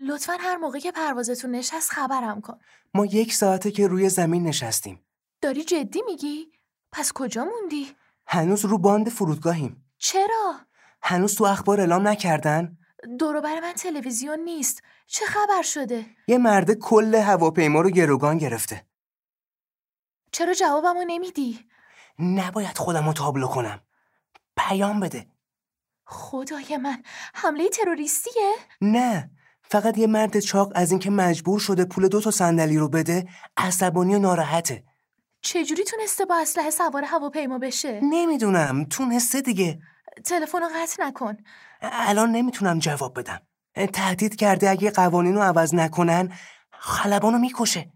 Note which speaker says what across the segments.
Speaker 1: لطفا هر موقع که پروازتون نشست خبرم کن
Speaker 2: ما یک ساعته که روی زمین نشستیم.
Speaker 1: داری جدی میگی پس کجا موندی
Speaker 2: هنوز رو باند فرودگاهیم.
Speaker 1: چرا
Speaker 2: هنوز تو اخبار اعلام نکردن؟
Speaker 1: دوروبر من تلویزیون نیست چه خبر شده
Speaker 2: یه مرده کل هواپیما رو گروگان گرفته.
Speaker 1: چرا جوابمو نمیدی
Speaker 2: نباید خودم رو تابلو کنم. پیام بده.
Speaker 1: خدای من حمله تروریستیه
Speaker 2: نه فقط یه مرد چاق از اینکه مجبور شده پول دو تا صندلی رو بده عصبانی و ناراحته
Speaker 1: چجوری تونسته با اسلحه سوار هواپیما بشه
Speaker 2: نمیدونم تونسته دیگه
Speaker 1: تلفن رو قطع نکن
Speaker 2: الان نمیتونم جواب بدم تهدید کرده اگه قوانین رو عوض نکنن خلبان رو میکشه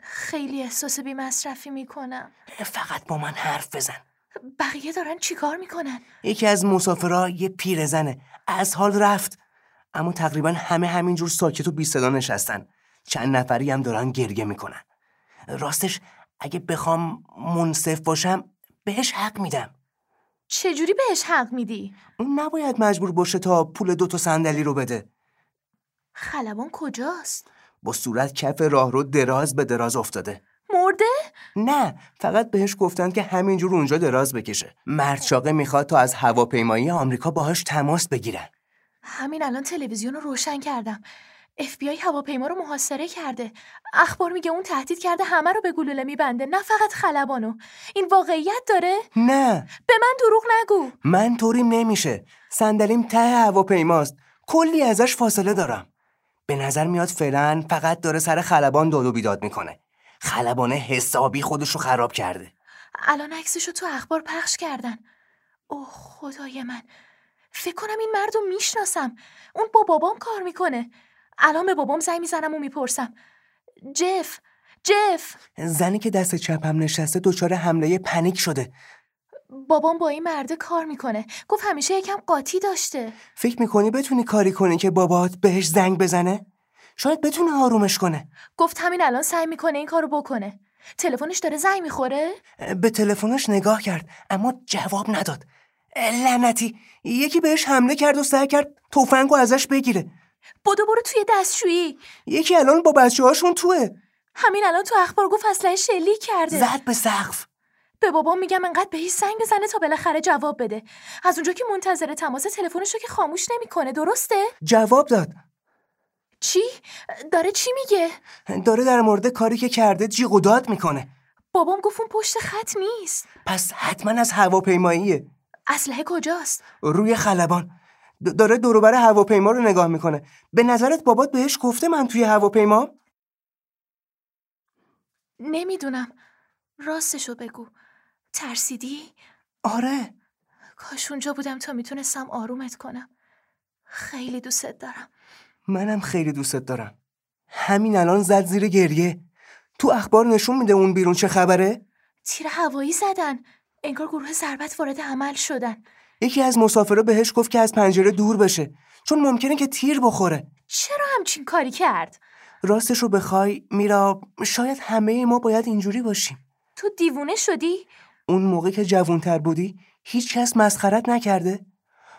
Speaker 1: خیلی احساس بی مصرفی میکنم
Speaker 2: فقط با من حرف بزن
Speaker 1: بقیه دارن چیکار میکنن
Speaker 2: یکی از مسافرها یه پیرزنه از حال رفت اما تقریبا همه همینجور ساکت و بی صدا نشستن چند نفری هم دارن گریه میکنن راستش اگه بخوام منصف باشم بهش حق میدم
Speaker 1: چجوری بهش حق میدی
Speaker 2: اون نباید مجبور باشه تا پول دو تا صندلی رو بده
Speaker 1: خلبان کجاست
Speaker 2: با صورت کف راهرو دراز به دراز افتاده
Speaker 1: مرده
Speaker 2: نه فقط بهش گفتن که همینجور اونجا دراز بکشه مرچاقه میخواد تا از هواپیمایی آمریکا باهاش تماس بگیرن
Speaker 1: همین الان تلویزیون رو روشن کردم اف بی آی هواپیما رو محاصره کرده اخبار میگه اون تهدید کرده همه رو به گلوله میبنده نه فقط خلبانو این واقعیت داره
Speaker 2: نه
Speaker 1: به من دروغ نگو
Speaker 2: من طوریم نمیشه صندلیم ته هواپیماست کلی ازش فاصله دارم به نظر میاد فعلا فقط داره سر خلبان داد و بیداد میکنه خلبانه حسابی خودش رو خراب کرده
Speaker 1: الان عکسش رو تو اخبار پخش کردن اوه خدای من فکر کنم این مرد رو میشناسم اون با بابام کار میکنه الان به بابام زنگ میزنم و میپرسم جف جف
Speaker 2: زنی که دست چپم نشسته دچار حمله پنیک شده
Speaker 1: بابام با این مرده کار میکنه گفت همیشه یکم قاطی داشته
Speaker 2: فکر میکنی بتونی کاری کنی که بابات بهش زنگ بزنه شاید بتونه آرومش کنه
Speaker 1: گفت همین الان سعی میکنه این کارو بکنه تلفنش داره زنگ میخوره
Speaker 2: به تلفنش نگاه کرد اما جواب نداد لعنتی یکی بهش حمله کرد و سعی کرد تفنگ رو ازش بگیره
Speaker 1: بدو برو توی دستشویی
Speaker 2: یکی الان با بچه هاشون توه
Speaker 1: همین الان تو اخبار گفت اسلحه شلیک کرده
Speaker 2: زد به سقف
Speaker 1: به بابام میگم انقدر بهش زنگ بزنه تا بالاخره جواب بده از اونجا که منتظر تماس تلفنشو که خاموش نمیکنه درسته
Speaker 2: جواب داد
Speaker 1: چی داره چی میگه
Speaker 2: داره در مورد کاری که کرده جیغ و داد میکنه
Speaker 1: بابام گفت اون پشت خط نیست
Speaker 2: پس حتما از هواپیماییه
Speaker 1: اسلحه کجاست
Speaker 2: روی خلبان د- داره دوروبر هواپیما رو نگاه میکنه به نظرت بابات بهش گفته من توی هواپیما
Speaker 1: نمیدونم راستشو بگو ترسیدی
Speaker 2: آره
Speaker 1: کاش اونجا بودم تا میتونستم آرومت کنم خیلی دوستت دارم
Speaker 2: منم خیلی دوستت دارم همین الان زد زیر گریه تو اخبار نشون میده اون بیرون چه خبره
Speaker 1: تیر هوایی زدن انگار گروه ضربت وارد عمل شدن
Speaker 2: یکی از مسافرا بهش گفت که از پنجره دور بشه چون ممکنه که تیر بخوره
Speaker 1: چرا همچین کاری کرد
Speaker 2: راستش رو بخوای میرا شاید همه ما باید اینجوری باشیم
Speaker 1: تو دیوونه شدی
Speaker 2: اون موقع که جوونتر بودی هیچ کس مسخرت نکرده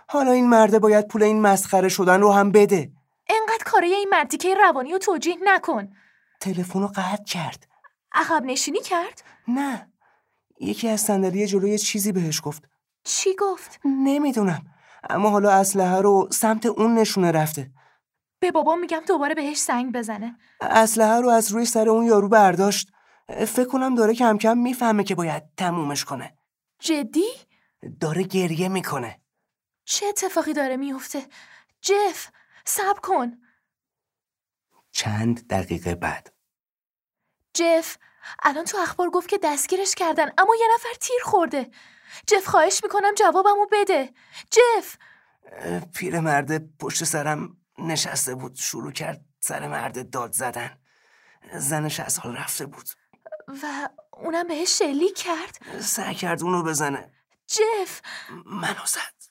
Speaker 2: حالا این مرده باید پول این مسخره شدن رو هم بده
Speaker 1: انقدر کارای این مردیکه روانی و توجیه نکن
Speaker 2: تلفن رو قطع کرد
Speaker 1: عقب نشینی کرد
Speaker 2: نه یکی از صندلی جلوی چیزی بهش گفت
Speaker 1: چی گفت
Speaker 2: نمیدونم اما حالا اسلحه رو سمت اون نشونه رفته
Speaker 1: به بابام میگم دوباره بهش سنگ بزنه
Speaker 2: اسلحه رو از روی سر اون یارو برداشت فکر کنم داره کم کم میفهمه که باید تمومش کنه
Speaker 1: جدی
Speaker 2: داره گریه میکنه
Speaker 1: چه اتفاقی داره میفته جف صبر کن
Speaker 2: چند دقیقه بعد
Speaker 1: جف الان تو اخبار گفت که دستگیرش کردن اما یه نفر تیر خورده جف خواهش میکنم جوابمو بده جف
Speaker 2: پیرمرده پشت سرم نشسته بود شروع کرد سر مرده داد زدن زنش از حال رفته بود
Speaker 1: و اونم بهش شلیک کرد
Speaker 2: سعی کرد اونو بزنه
Speaker 1: جف
Speaker 2: منو زد